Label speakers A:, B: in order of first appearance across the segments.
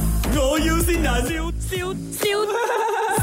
A: 要先人，笑笑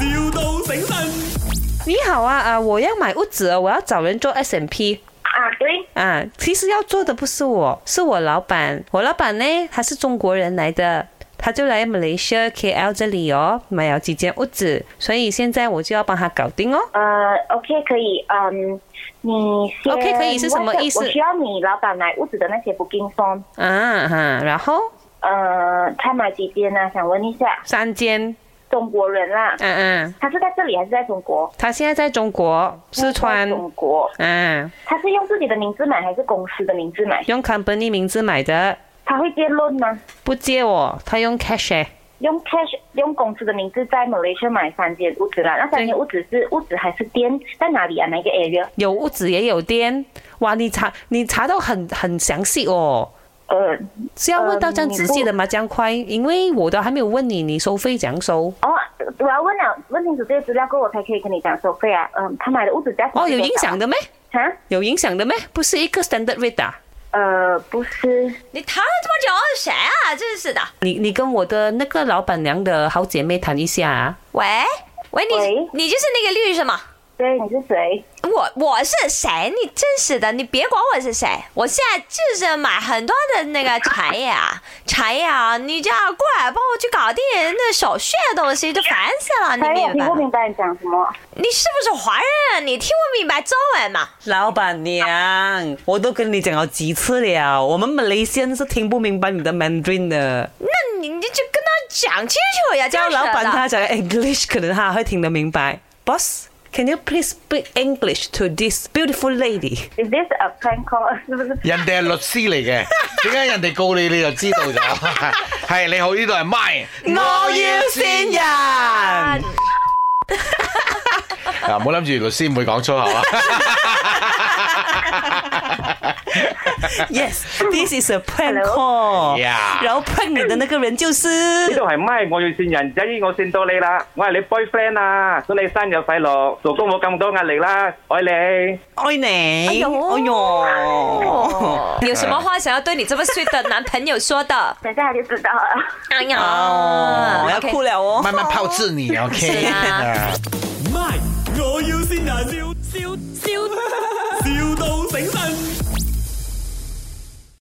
A: 笑，,笑到醒神。
B: 你好啊啊！我要买屋子哦，我要找人做 S M P
C: 啊，对，
B: 啊。其实要做的不是我，是我老板。我老板呢，他是中国人来的，他就来马来西亚 K L 这里哦，买了几间屋子，所以现在我就要帮他搞定哦。
C: 呃，OK，可以，嗯，你先
B: OK，可以是什么意思
C: 我需要你老板买屋子的那些 booking form，
B: 啊哈、然后
C: 呃，他买几间呢、想问一下，
B: 三间，
C: 中国人啦、
B: 嗯、嗯，
C: 他是在这里还是在中国？
B: 他现在在中国四川
C: 在，中国，
B: 嗯，
C: 他是用自己的名字买还是公司的名字买？
B: 用 company 名字买的，
C: 他会借 loan 吗？
B: 不借我，他用 cash 欸诶
C: 用 cash 用公司的名字在 Malaysia 买三间屋子啦，那三间屋子是屋子还是店在哪里啊？哪一个 area？
B: 有屋子也有店。哇，你查你查到很很详细哦。
C: 呃，
B: 是要问到这样仔细的吗？这样快？因为我都还没有问你，你收费怎样收？
C: 哦，我要问了，问清楚这些资料过后，我才可以跟你讲收费啊。嗯，他买的屋子价
B: 哦，有影响的咩？
C: 哈？
B: 有影响的咩？不是一个 standard rate 啊。
C: 呃，不是，
D: 你谈了这么久，谁啊？真是的！
B: 你你跟我的那个老板娘的好姐妹谈一下啊。
D: 喂喂，你
C: 喂
D: 你就是那个律师吗？
C: 对，你是谁？
D: 我我是谁？你真是的，你别管我是谁，我现在就是买很多的那个产业 啊，产业啊，你这样过来帮我去搞定那手续的东西，就烦死了，你
C: 哎，我听不明
D: 明白吗？
C: 白你讲什么。
D: 你是不是华人？啊你听不明白中文吗？
B: 老板娘，我都跟你讲了几次了，我们马来西亚人是听不明白你的 Mandarin 的。
D: 那你你就跟他讲清楚呀，
B: 叫
D: 真是
B: 老板
D: 的
B: 他讲 English，可能他会听得明白。Boss，can you please speak English to this beautiful lady？
C: Is this a prank call？是不是？
E: 人哋係律師嚟 嘅，點解人哋告你你就知道咗？ 係你好，呢度係 mine，
B: 人。
D: 啊
E: 嗱，啊唔好諗住律師唔會講粗口啊！
B: Yes，this is a prank
C: Hello?
B: call。
E: Yeah
B: 然后 prank 你的那个人就是
F: 呢度係咪？我要線人仔，我線到你啦！我係你 boyfriend 啊！祝你生日快樂，做工冇咁多壓力啦，愛你。
B: 愛你。哎
D: 呦
C: 哦
B: 呦，
D: 有什么话想要对你这么 sweet 的男朋友说的？
C: 等一下就知道了。
D: 哎呀，
B: 哦，要
D: OK
B: 哭了哦。
E: 慢慢炮制你
D: 是
E: ，OK
D: 啊。